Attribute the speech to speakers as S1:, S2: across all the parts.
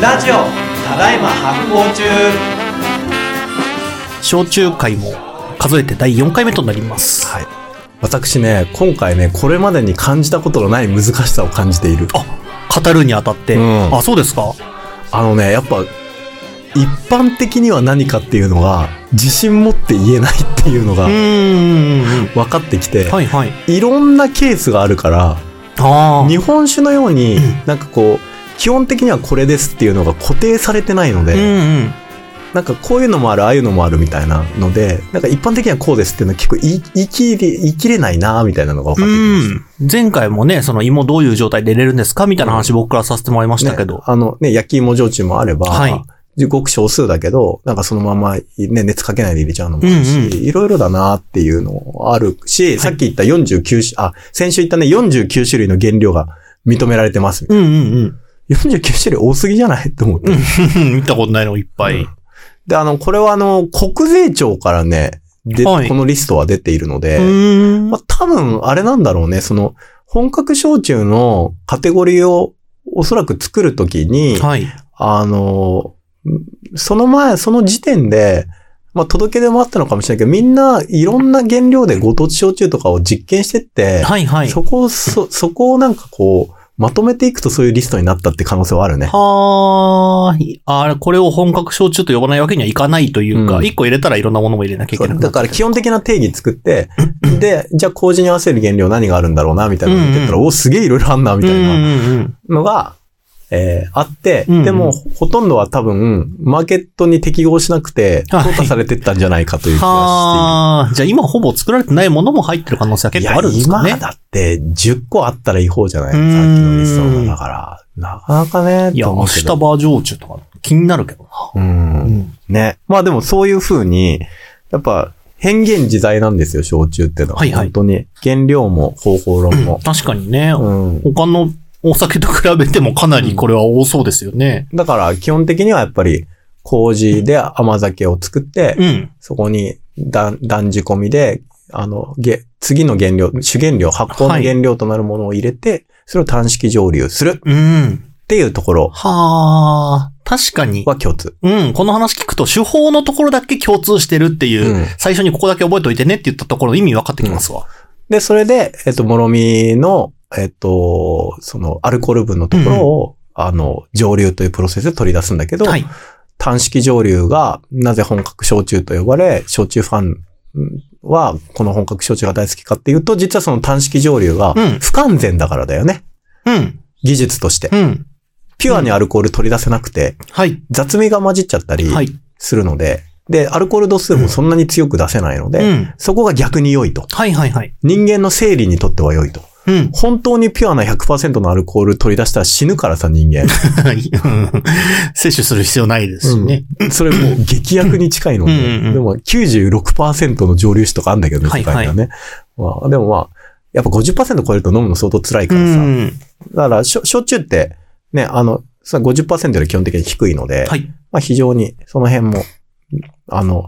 S1: ラジオただいま発行中
S2: 焼酎会も数えて第4回目となります。
S3: はい。私ね、今回ね、これまでに感じたことのない難しさを感じている。
S2: あ、語るにあたって、
S3: うん
S2: あ、そうですか
S3: あのね、やっぱ、一般的には何かっていうのが、自信持って言えないっていうのが
S2: うーん。
S3: 分かってきて、
S2: はいはい。
S3: いろんなケースがあるから、
S2: ああ。
S3: 日本酒のように、なんかこう、基本的にはこれですっていうのが固定されてないの
S2: うん
S3: で、
S2: うん。
S3: なんかこういうのもある、ああいうのもあるみたいなので、なんか一般的にはこうですっていうのは結構言い言い切れ、言い切れないなみたいなのが分かってきました。
S2: うん。前回もね、その芋どういう状態で入れるんですかみたいな話僕からさせてもらいましたけ
S3: ね
S2: ど。
S3: あのね、焼き芋焼酎もあれば、
S2: はい
S3: ごく少数だけど、なんかそのまま、ね、熱かけないで入れちゃうのもあるし、
S2: うんうん
S3: いろいろだなっていうのあるし、さっき言った49種、あ、先週言ったね、49種類の原料が認められてます。
S2: うんうん
S3: 49種類多すぎじゃないと思って。
S2: うん。見たことないのいっぱい。
S3: で、あの、これはあの、国税庁からね、で、
S2: はい
S3: このリストは出ているので、
S2: うん
S3: まあ、多分、あれなんだろうね、その、本格焼酎のカテゴリーをおそらく作るときに、
S2: はい。
S3: あの、んその前、その時点で、まあ、届け出もあったのかもしれないけど、みんないろんな原料でご当地焼酎とかを実験してって、
S2: はいはい。
S3: そこを、そ、そこをなんかこう、まとめていくとそういうリストになったって可能性はあるね。
S2: はーい。あーこれを本格焼酎と呼ばないわけにはいかないというか、
S3: うん
S2: 一、個入れたらいろんなものも入れなきゃいけな
S3: そう
S2: くな
S3: だ
S2: っちゃ
S3: か
S2: う
S3: ら基本的な定義作 って、で、じゃあ麹に合わせる原料何があるんだろうな、みたいなの見てったら、
S2: うんうん
S3: お、すげえいろいろあんな、みたいな
S2: うんうんうん。
S3: のが、えーあって、
S2: うんうん
S3: でも、ほとんどは多分、マーケットに適合しなくて、淘
S2: はい
S3: 汰されてったんじゃないかという気がしている。
S2: はあ、じゃあ今ほぼ作られてないものも入ってる可能性は結構あるんですか
S3: いや、
S2: ね
S3: 今。だって10個あったらいい方じゃないさ
S2: う
S3: っき
S2: ん
S3: のリストの中だから。なかなかね、
S2: いや、
S3: と思
S2: 明
S3: うけ
S2: 日
S3: ど
S2: バー焼酎とか気になるけどな。
S3: う。
S2: うんん。
S3: ね。まあでもそういう風に、やっぱ変幻自在なんですよ、焼酎ってのは。
S2: はいはい
S3: 本当に。原料も方法論も。
S2: 確かにね、
S3: うん。
S2: 他のお酒と比べてもかなりこれは多そうですよね。
S3: だから基本的にはやっぱり、麹で甘酒を作って、
S2: うん。
S3: そこに断断じ込みで、あの、げ次の原料、主原料、発酵の
S2: はい
S3: 原料となるものを入れて、それを短式蒸留する
S2: うん。
S3: っていうところ
S2: はあ、確かに。
S3: は共通。
S2: うん、この話聞くと手法のところだけ共通してるっていう、
S3: うん
S2: 最初にここだけ覚えておいてねって言ったところの意味分かってきますわ。
S3: で、それで、えっと、もろみの、えっと、その、アルコール分のところを、あの、蒸留というプロセスで取り出すんだけど、
S2: はい。
S3: 単式蒸留が、なぜ本格焼酎と呼ばれ、焼酎ファンは、この本格焼酎が大好きかっていうと、実はその単式蒸留が
S2: うん、
S3: 不完全だからだよね。
S2: うん。
S3: 技術として。
S2: うん。
S3: ピュアにアルコール取り出せなくて、
S2: はい。
S3: 雑味が混じっちゃったり
S2: はい。
S3: するので、で、アルコール度数もそんなに強く出せないので、
S2: うん。
S3: そこが逆に良いと。
S2: はいはいはい。
S3: 人間の生理にとっては良いと。
S2: うん。
S3: 本当にピュアな100%のアルコール取り出したら死ぬからさ、人間。
S2: 摂取する必要ないですしね。
S3: それもう劇薬に近いので。
S2: うんうんうん
S3: でも96%の蒸留酒とかあんだけどね、
S2: はい
S3: 世界にはね。まあ、でもまあ、やっぱ50%超えると飲むの相当辛いうからさ。
S2: ん。
S3: だから、しょ焼酎って、ね、あの、さ50%より基本的に低いので、
S2: はい。
S3: まあ非常にその辺も、あの、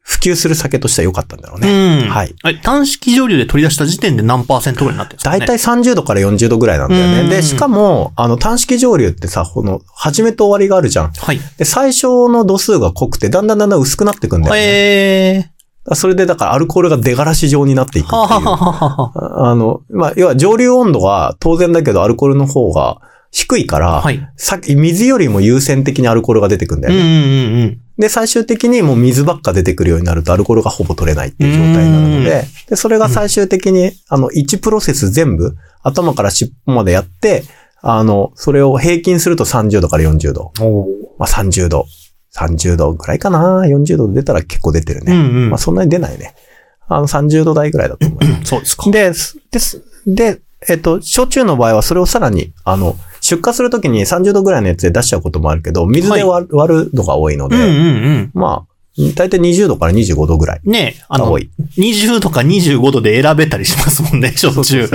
S3: 普及する酒としては良かったんだろう
S2: う
S3: ね。
S2: ん。
S3: はい。
S2: あれ単式蒸留で取り出した時点で何パーセントぐらいになってるんですか
S3: 大
S2: ね。
S3: 体30度から40度ぐらいなんだよ
S2: うん
S3: ね。で、しかも、あの、単式蒸留ってさ、この、始めと終わりがあるじゃん。
S2: はい。
S3: で、最初の度数が濃くて、だんだんだんだん薄くなってくんだよね。
S2: え
S3: それでだからアルコールが出がらし状になっていくっ
S2: ー。
S3: ていう。
S2: ははははは。
S3: ああの、まあ、要は蒸留温度は当然だけどアルコールの方が低いから、
S2: はい。
S3: さ水よりも優先的にアルコールが出てくんだ
S2: うん
S3: よ
S2: う
S3: ね、
S2: んうん
S3: で、最終的にもう水ばっか出てくるようになるとアルコールがほぼ取れないっていう状態になるので、で、それが最終的に、あの、1プロセス全部、頭から尻尾までやって、あの、それを平均すると30度から40度。
S2: うん。おー
S3: まあ、30度。30度ぐらいかな。40度出たら結構出てるね。
S2: うんうん
S3: まあ、そんなに出ないね。あの、30度台ぐらいだと思いま
S2: そうですか
S3: す。。で、すです、で、えっと、焼酎の場合はそれをさらに、あの、出荷するときに30度ぐらいのやつで出しちゃうこともあるけど、水で割,、割るのが多いの
S2: う
S3: で、
S2: んうんうん。
S3: まあ、大体20度から25度ぐらい
S2: ねえ、あ
S3: が
S2: の
S3: 多、い。
S2: 20とか25度で選べたりしますもんね、焼酎。う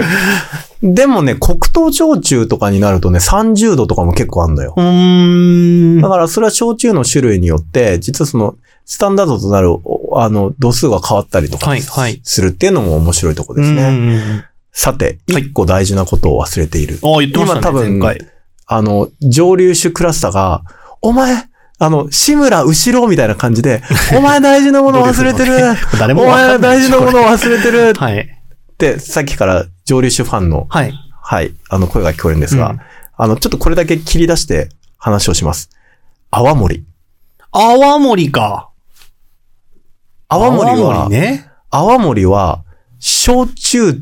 S3: でもね、黒糖焼酎とかになるとね、30度とかも結構あんのよ。
S2: ーん。
S3: だからそれは焼酎の種類によって、実はその、スタンダードとなる、おあの、度数が変わったりとか
S2: はいはい
S3: するっていうのも面白いとこですね。
S2: うんうんうん
S3: さて、
S2: はい
S3: 一個大事なことを忘れている。
S2: ああ、言ってましたね。
S3: 今多分
S2: 前回
S3: あの、蒸留酒クラスターが、お前、あの、志村後ろみたいな感じで、 お前大事なもの忘れてる
S2: 誰
S3: お
S2: もわか
S3: 前
S2: んない
S3: 大
S2: で
S3: 事
S2: しょ
S3: なもの忘れてるっ
S2: はい。
S3: て、さっきから蒸留酒ファンの、
S2: はい。
S3: はい、あの、声が聞こえるんですが、
S2: うん
S3: あの、ちょっとこれだけ切り出して話をします。泡盛。
S2: 泡盛か。
S3: 泡盛
S2: 泡
S3: は、
S2: 盛ね。
S3: 泡盛は、焼酎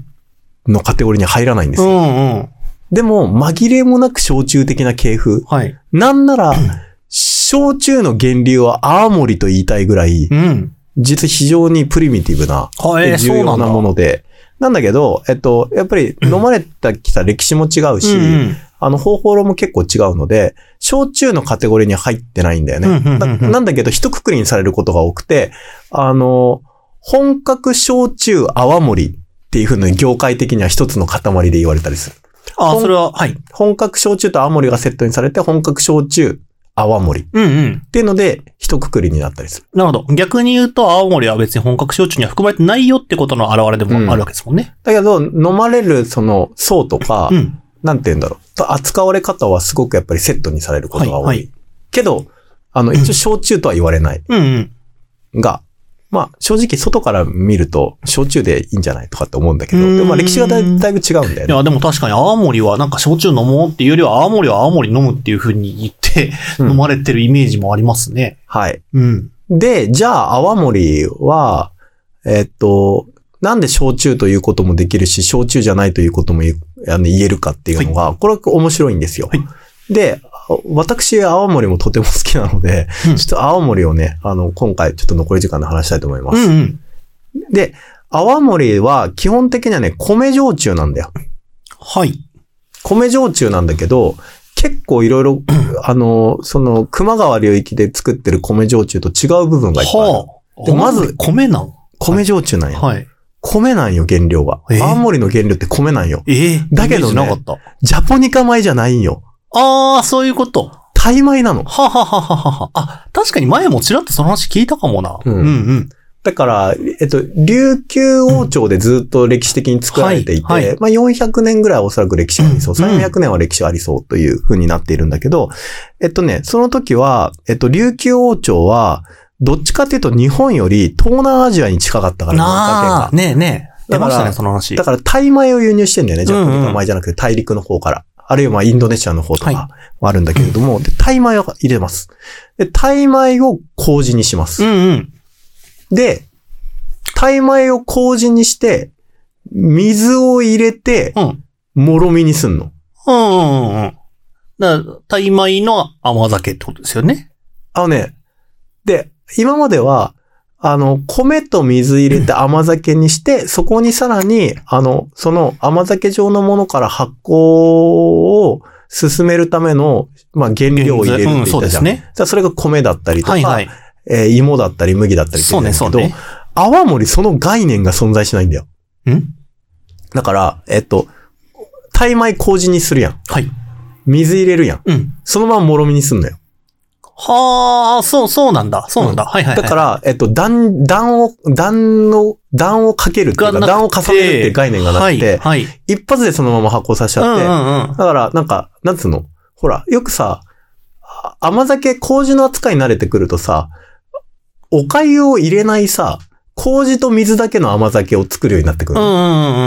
S3: のカテゴリーに入らないんです
S2: う
S3: よ。
S2: んうん。
S3: でも、紛れもなく焼酎的な系風。
S2: はい。
S3: なんなら、焼酎の源流は泡盛と言いたいぐらい、
S2: うん。
S3: 実は非常にプリミティブな、
S2: はえー、
S3: 重
S2: そうな
S3: 要
S2: ん
S3: な
S2: だ。
S3: もので、なんだけど、えっと、やっぱり飲まれてきた歴史も違うし、
S2: うん
S3: あの方法論も結構違うので、焼酎のカテゴリーに入ってないんだよね。
S2: うんうんうんうん
S3: ななんだけど、一括りにされることが多くて、あの、本格焼酎泡盛っていうふうに業界的には一つの塊で言われたりする。
S2: あ、それは、はい。
S3: 本格焼酎と泡盛がセットにされて、本格焼酎泡盛っ
S2: うんうん。
S3: ていうので、一括りになったりする。
S2: なるほど。逆に言うと、青森は別に本格焼酎には含まれてないよってことの表れでもあるわけですもんね。
S3: だけど、飲まれるその層とか、
S2: うん。
S3: なんて言うんだろう。と扱われ方はすごくやっぱりセットにされることが多い。
S2: はいはい
S3: けど、あの、一応焼酎とは言われない。
S2: うんうん。
S3: が、まあ、正直外から見ると、焼酎でいいんじゃないとかって思うんだけど、
S2: うーん
S3: でもまあ歴史がだいだいぶ違うんだよ
S2: い
S3: ね。
S2: や、でも確かに青森はなんか焼酎飲もうっていうよりは、青森は青森飲むっていう風に言って、
S3: うん
S2: 飲まれてるイメージもありますね。
S3: はい。
S2: うん。
S3: で、じゃあ、泡盛は、えっと、なんで焼酎ということもできるし、焼酎じゃないということも言あの言えるかっていうのが、これは面白いんですよ。
S2: はい
S3: で、私、青森もとても好きなので、
S2: うん
S3: ちょっと青森をね、あの、今回ちょっと残り時間で話したいと思いま
S2: うん
S3: す。
S2: うん。
S3: で、泡盛は基本的にはね、米焼酎なんだよ。
S2: はい。
S3: 米焼酎なんだけど、結構いろい ろ、あの、その、熊川流域で作ってる米焼酎と違う部分がいっぱいある。
S2: はあ。
S3: でまず
S2: 米なん
S3: 米焼酎なんや。
S2: はい。
S3: 米なんよ、原料が。
S2: えー
S3: 青森の原料って米なんよ。
S2: ええ
S3: だけどね
S2: イメージなかった。
S3: ジャポニカ米じゃないんよ。
S2: ああ、そういうこと。は
S3: タイ米なの。
S2: ははははは。あ、確かに前もちらっとその話聞いたかもな。
S3: うん
S2: うんうん。
S3: だから、えっと、琉球王朝でずっと歴史的に作られてい
S2: う
S3: て、
S2: んはいはい
S3: まあ400年ぐらいはおそらく歴史がありそう、
S2: うん
S3: 300年は歴史ありそうという風になっているんだけど、えっとね、その時は、えっと、琉球王朝は、どっちかというと日本より東南アジアに近かったから、
S2: なあ、
S3: 文化圏が
S2: ねえねえ。出
S3: だから
S2: ましたね、その話。
S3: だから、タイ米を輸入してんだよね。ジャポニ
S2: うんう
S3: カ
S2: ん
S3: 米じゃなくて大陸の方から。あるいはまあインドネシアの方と
S2: は
S3: かもあるんだけれども、で、タイ米を入れます。で、タイ米を麹にします。
S2: うんうん。
S3: で、タイ米を麹にして、水を入れて、
S2: うん。
S3: もろみにすんの。
S2: うんうんうんうん。だから、タイ米の甘酒ってことですよね。
S3: あのね、で、今までは、あの、米と水入 れて甘酒にして、そこにさらに、あの、その甘酒状のものから発酵を進めるための、まあ、原料を入れるって
S2: う
S3: 言
S2: ん、
S3: っ
S2: そう
S3: た
S2: で
S3: じゃ
S2: す
S3: ん。
S2: ね。
S3: じゃあそれが米だったりとか、
S2: はいはい。
S3: えー芋だったり麦だったりって
S2: そ
S3: 言
S2: うんね、
S3: ですけ
S2: そう
S3: ど、
S2: ね。
S3: 泡盛その概念が存在しないんだよ。
S2: うん
S3: だから、えっと、タイ米麹にするやん。
S2: はい。
S3: 水入れるやん。
S2: うん。
S3: そのままもろみにすんのよ。
S2: はあ、そう、そうなんだ。そうなんだ。はいはいはい。
S3: だから、えっと、段、段を、段の、段をかけるっていうか、
S2: がなくて
S3: 段を重ねるっていう概念がなく
S2: は
S3: て、
S2: い。はい
S3: 一発でそのまま発酵させち
S2: うん
S3: ゃって、
S2: うんうん。
S3: だから、なんか、なんつうのほら、よくさ、あ甘酒、麹の扱いに慣れてくるとさ、お粥を入れないさ、麹と水だけの甘酒を作るようになってく
S2: う
S3: る。
S2: んうんう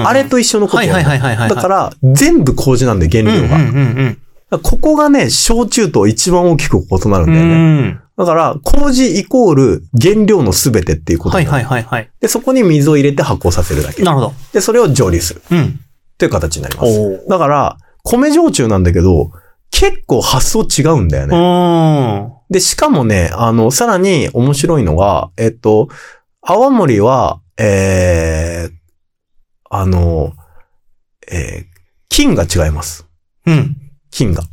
S2: ん。
S3: あれと一緒のこと
S2: はい
S3: よ
S2: はいはいはいはい。、
S3: だからら、全部麹なんで、原
S2: うんう
S3: 料
S2: ん
S3: が。
S2: うん
S3: だからここがね、焼酎と一番大きく異なるん
S2: う
S3: だよね。
S2: ん。うん。
S3: だから、麹イコール原料のすべてっていうこと
S2: は
S3: に
S2: い
S3: なる、
S2: はいはいはい。
S3: で、そこに水を入れて発酵させるだけ。
S2: なるほど。
S3: で、それを蒸留するっ
S2: うん。
S3: ていう形になりま
S2: お
S3: す。だから、米焼酎なんだけど、結構発想違うんだよね。
S2: お。
S3: で、しかもね、あの、さらに面白いのが、えっと、泡盛は、えー、あの、えー、菌が違います。
S2: うん。うん。
S3: 菌が。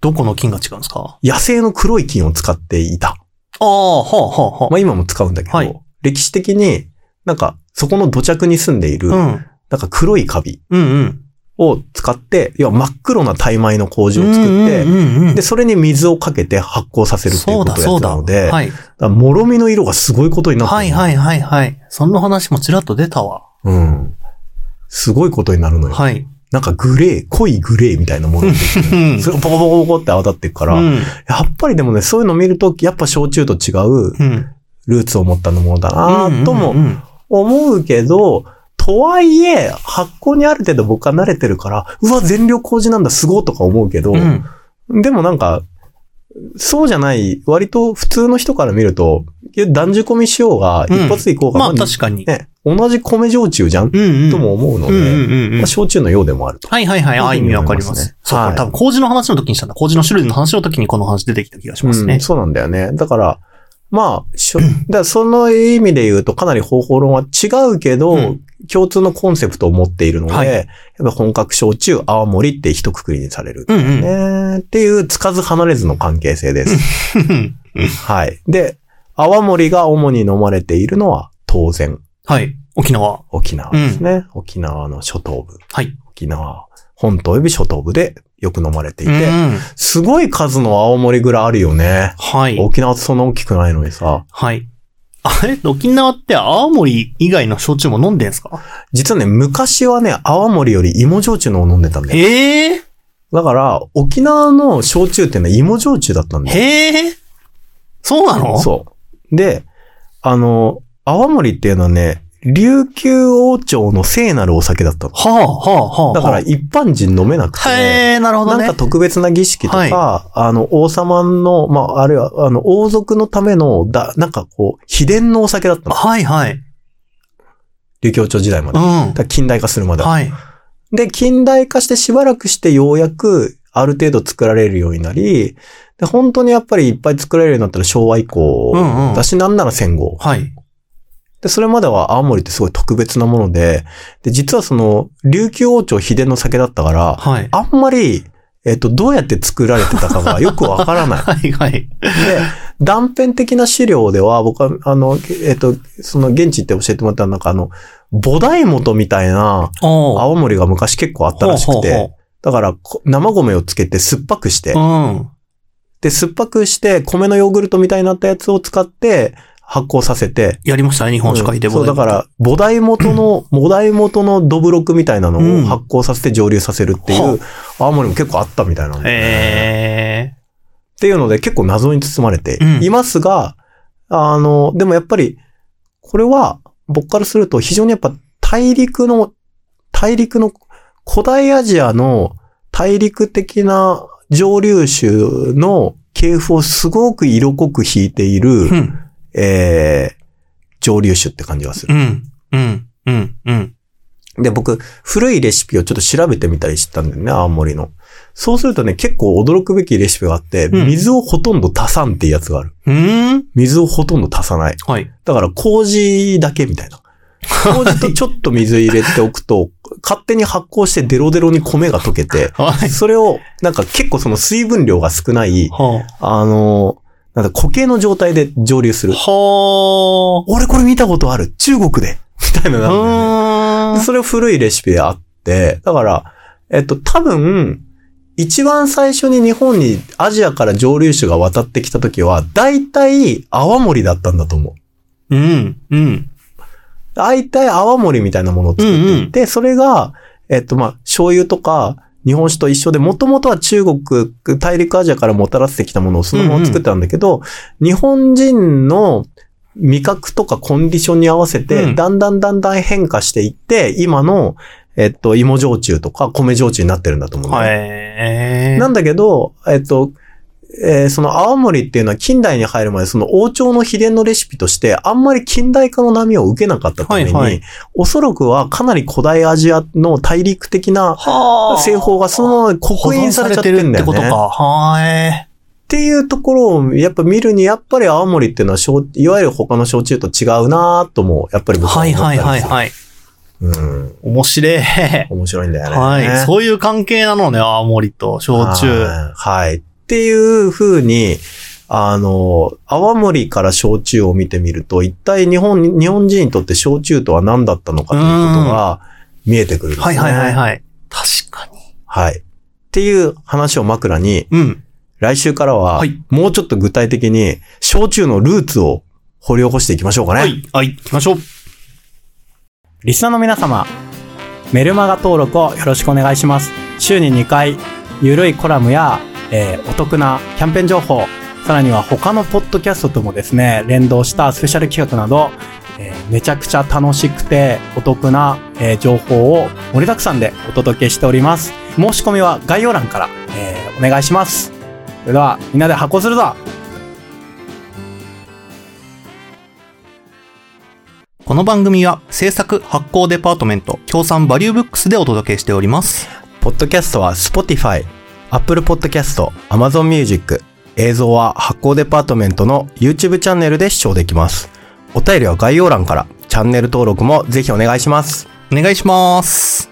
S2: どこの菌が違うんですか
S3: 野生の黒い菌を使っていた。
S2: ああ、はあはあは
S3: まあ今も使うんだけど、
S2: はい
S3: 歴史的になんかそこの土着に住んでいる、
S2: あ。
S3: なんか黒いカビ
S2: うん。うんうん。
S3: を使って、要は真っ黒なタイ米の麹を作って、
S2: うんうんうん
S3: で、それに水をかけて発酵させるっていう
S2: そう
S3: こと
S2: だ
S3: をやっ
S2: そ
S3: て
S2: う
S3: た
S2: だ。
S3: ので、
S2: はい。
S3: だからもろみの色がすごいことになってる
S2: はいはいはいはい。そんな話もちらっと出たわ。
S3: うん。すごいことになるのよ。
S2: はい。
S3: なんかグレー、濃いグレーみたいなものが出て
S2: う
S3: くる。
S2: ん。
S3: それがポコポコポコって泡立っていくから、
S2: うん。
S3: やっぱりでもね、そういうの見ると、やっぱ焼酎と違う
S2: うん。
S3: ルーツを持ったものだなと
S2: うん
S3: も
S2: うんうん
S3: 思うけど、とはいえ、発酵にある程度僕は慣れてるから、うわ、全量麹なんだ、すごいとか思うけど、
S2: うん。
S3: でもなんか、そうじゃない、割と普通の人から見ると、いや断じ込みしようが、
S2: うん
S3: 一発でいこうが、
S2: まあ
S3: まあ
S2: 確かに。
S3: ね、同じ米焼酎じゃ
S2: う
S3: ん、
S2: んうん。
S3: とも思うの
S2: う
S3: で、
S2: んうんうん
S3: まあ、。焼酎のようでもあると。
S2: はいはいはい。ああ、意味わかりま
S3: そういうふうに思います
S2: す
S3: ね。
S2: そう、
S3: はい
S2: これ多分工事の話の時にしたんだ。工事の種類の話の時にこの話出てきた気がします
S3: う
S2: ね
S3: ん。そうなんだよね。だから、まあ、 しょだからその意味で言うとかなり方法論は違うけど、
S2: うん
S3: 共通のコンセプトを持っているので、
S2: はい
S3: やっぱ本格焼酎、泡盛って一括りにされる。
S2: うんう
S3: ね
S2: ん。
S3: ーっていう、つかず離れずの関係性 です。はい。で、泡盛が主に飲まれているのは、当然、
S2: はい。沖縄。
S3: 沖縄ですね。沖縄の諸島部。
S2: はい。
S3: 沖縄本島及び諸島部でよく飲まれていて、
S2: うん
S3: すごい数の青森ぐらいあるよね。
S2: はい。
S3: 沖縄ってそんな大きくないのにさ。
S2: はい。あれ沖縄って青森以外の焼酎も飲んでんすか
S3: 実はね、昔はね、青森より芋焼酎のを飲んでたんだよ。
S2: へえ
S3: だから、沖縄の焼酎ってのは芋焼酎だったんだよ。
S2: へえそうなの
S3: そう。で、あの、青森っていうのはね、琉球王朝の聖なるお酒だったの。
S2: はあ、はあ、はあ。
S3: だから
S2: は
S3: 一般人飲めなくて。
S2: あ、へえなるほど
S3: な
S2: ね。
S3: んか特別な儀式とか、
S2: は
S3: あの、王様の、まあ、あるいは、あの、王族のための、だ、なんかこう、秘伝のお酒だったの。
S2: はい、はい。
S3: 琉球王朝時代ま
S2: う
S3: で。だ
S2: ん。
S3: から近代化するまでは。
S2: はい。
S3: で、近代化してしばらくしてようやく、ある程度作られるようになり、で、本当にやっぱりいっぱい作られるようになったら昭和以降、
S2: うんうん
S3: だしなんなら戦後。
S2: はい。
S3: で、それまでは青森ってすごい特別なもので、で、実はその、琉球王朝秘伝の酒だったから、
S2: はい。
S3: あんまり、えっと、どうやって作られてたかがよくわから ない。
S2: はい、はい。
S3: で、断片的な資料では、僕は、あの、えっと、その現地行って教えてもらったなんかあの、菩提元みたいな
S2: おー。
S3: 青森が昔結構あったらしくて、だからこ生米をつけて酸っぱくして
S2: ほう、ほうほううん。
S3: で、酸っぱくして米のヨーグルトみたいになったやつを使って発酵させて、
S2: やりましたね、日本酒会で、。
S3: うんそう、だからら、菩提元の、菩提元のどぶろくみたいなの
S2: う
S3: を
S2: ん
S3: 発酵させて蒸留させるってい
S2: は
S3: う、青森も結構あったみたいなんだよね
S2: へ
S3: っていうので結構謎に包まれて
S2: うん
S3: いますが、あの、でもやっぱり、これは僕からすると非常にやっぱ大陸の、大陸の、古代アジアの大陸的な上流州の系譜をすごく色濃く引いてい
S2: え。
S3: る
S2: う、ん。
S3: えー、上流種って感じがす
S2: う
S3: る。
S2: ん。うん。うん。うん。
S3: で、僕、古いレシピをちょっと調べてみたりしたんだよね、青森の。そうするとね、結構驚くべきレシピがあって、
S2: うん
S3: 水をほとんど足さんっていうやつがある。
S2: うん。
S3: 水をほとんど足さない。
S2: はい。
S3: だから麹だけみたいな。麹とちょっと水入れておくと、 勝手に発酵してデロデロに米が溶けて、
S2: はい。
S3: それを、なんか結構その水分量が少ない、
S2: は
S3: あの、なんだ、固形の状態で蒸留す
S2: あ。
S3: る。
S2: は
S3: 俺これ見たことある中国でみたいなのなんだよね
S2: あ。う
S3: で
S2: ーん。
S3: それ古いレシピであって、だから、えっと、多分、一番最初に日本にアジアから蒸留酒が渡ってきた時は、大体泡盛だったんだと思う。
S2: うん。うん。
S3: 大体泡盛みたいなものを作っていて、それが、えっと、まあ、醤油とか、日本酒と一緒で、もともとは中国、大陸アジアからもたらしてきたものをそのまま作ったんだけど、日本人の味覚とかコンディションに合わせて、
S2: うん
S3: だんだんだんだん変化していって、今の、えっと、芋焼酎とか米焼酎になってるんだと思うんだよね、
S2: はい。
S3: なんだけど、えっと、えーその青森っていうのは近代に入る前、その王朝の秘伝のレシピとして、あんまり近代化の波を受けなかったために、
S2: はいはい
S3: おそらくはかなり古代アジアの大陸的な
S2: は
S3: 製法がそのまま刻印されちゃってんだよ
S2: 保存されてるってことか。
S3: ね。っ
S2: は
S3: ていうところをやっぱ見るに、やっぱり青森っていうのは焼、いわゆる他の焼酎と違うなぁとも、やっぱり
S2: い。
S3: 僕
S2: は
S3: は思
S2: い
S3: った
S2: はい
S3: ん
S2: は
S3: で
S2: い
S3: すよ。
S2: はい。
S3: うん。
S2: 面白い。
S3: 面白いんだよね。
S2: はい。そういう関係なのね、青森と焼酎。
S3: はい。はいっていう風に、あの、泡盛から焼酎を見てみると、一体日本、日本人にとって焼酎とは何だったのかということが見えてくるんです
S2: は
S3: ね。
S2: いはいはいはい。確かに。
S3: はい。っていう話を枕に、
S2: うん。
S3: 来週からは
S2: はい、
S3: もうちょっと具体的に、焼酎のルーツを掘り起こしていきましょうかね。
S2: はい。はい。行きましょう。
S3: リスナーの皆様、メルマガ登録をよろしくお願いします。週に2回、ゆるいコラムや、えーお得なキャンペーン情報、さらには他のポッドキャストともですね、連動したスペシャル企画など、えーめちゃくちゃ楽しくてお得な、えー情報を盛りだくさんでお届けしております。申し込みは概要欄から、えーお願いします。それでは、みんなで発行するぞ
S2: この番組は制作発行デパートメント協賛バリューブックスでお届けしております。
S3: ポッドキャストは Spotify、Apple Podcast、Amazon Music、映像は発行デパートメントの YouTube チャンネルで視聴できます。お便りは概要欄から、チャンネル登録もぜひお願いします。
S2: お願いします。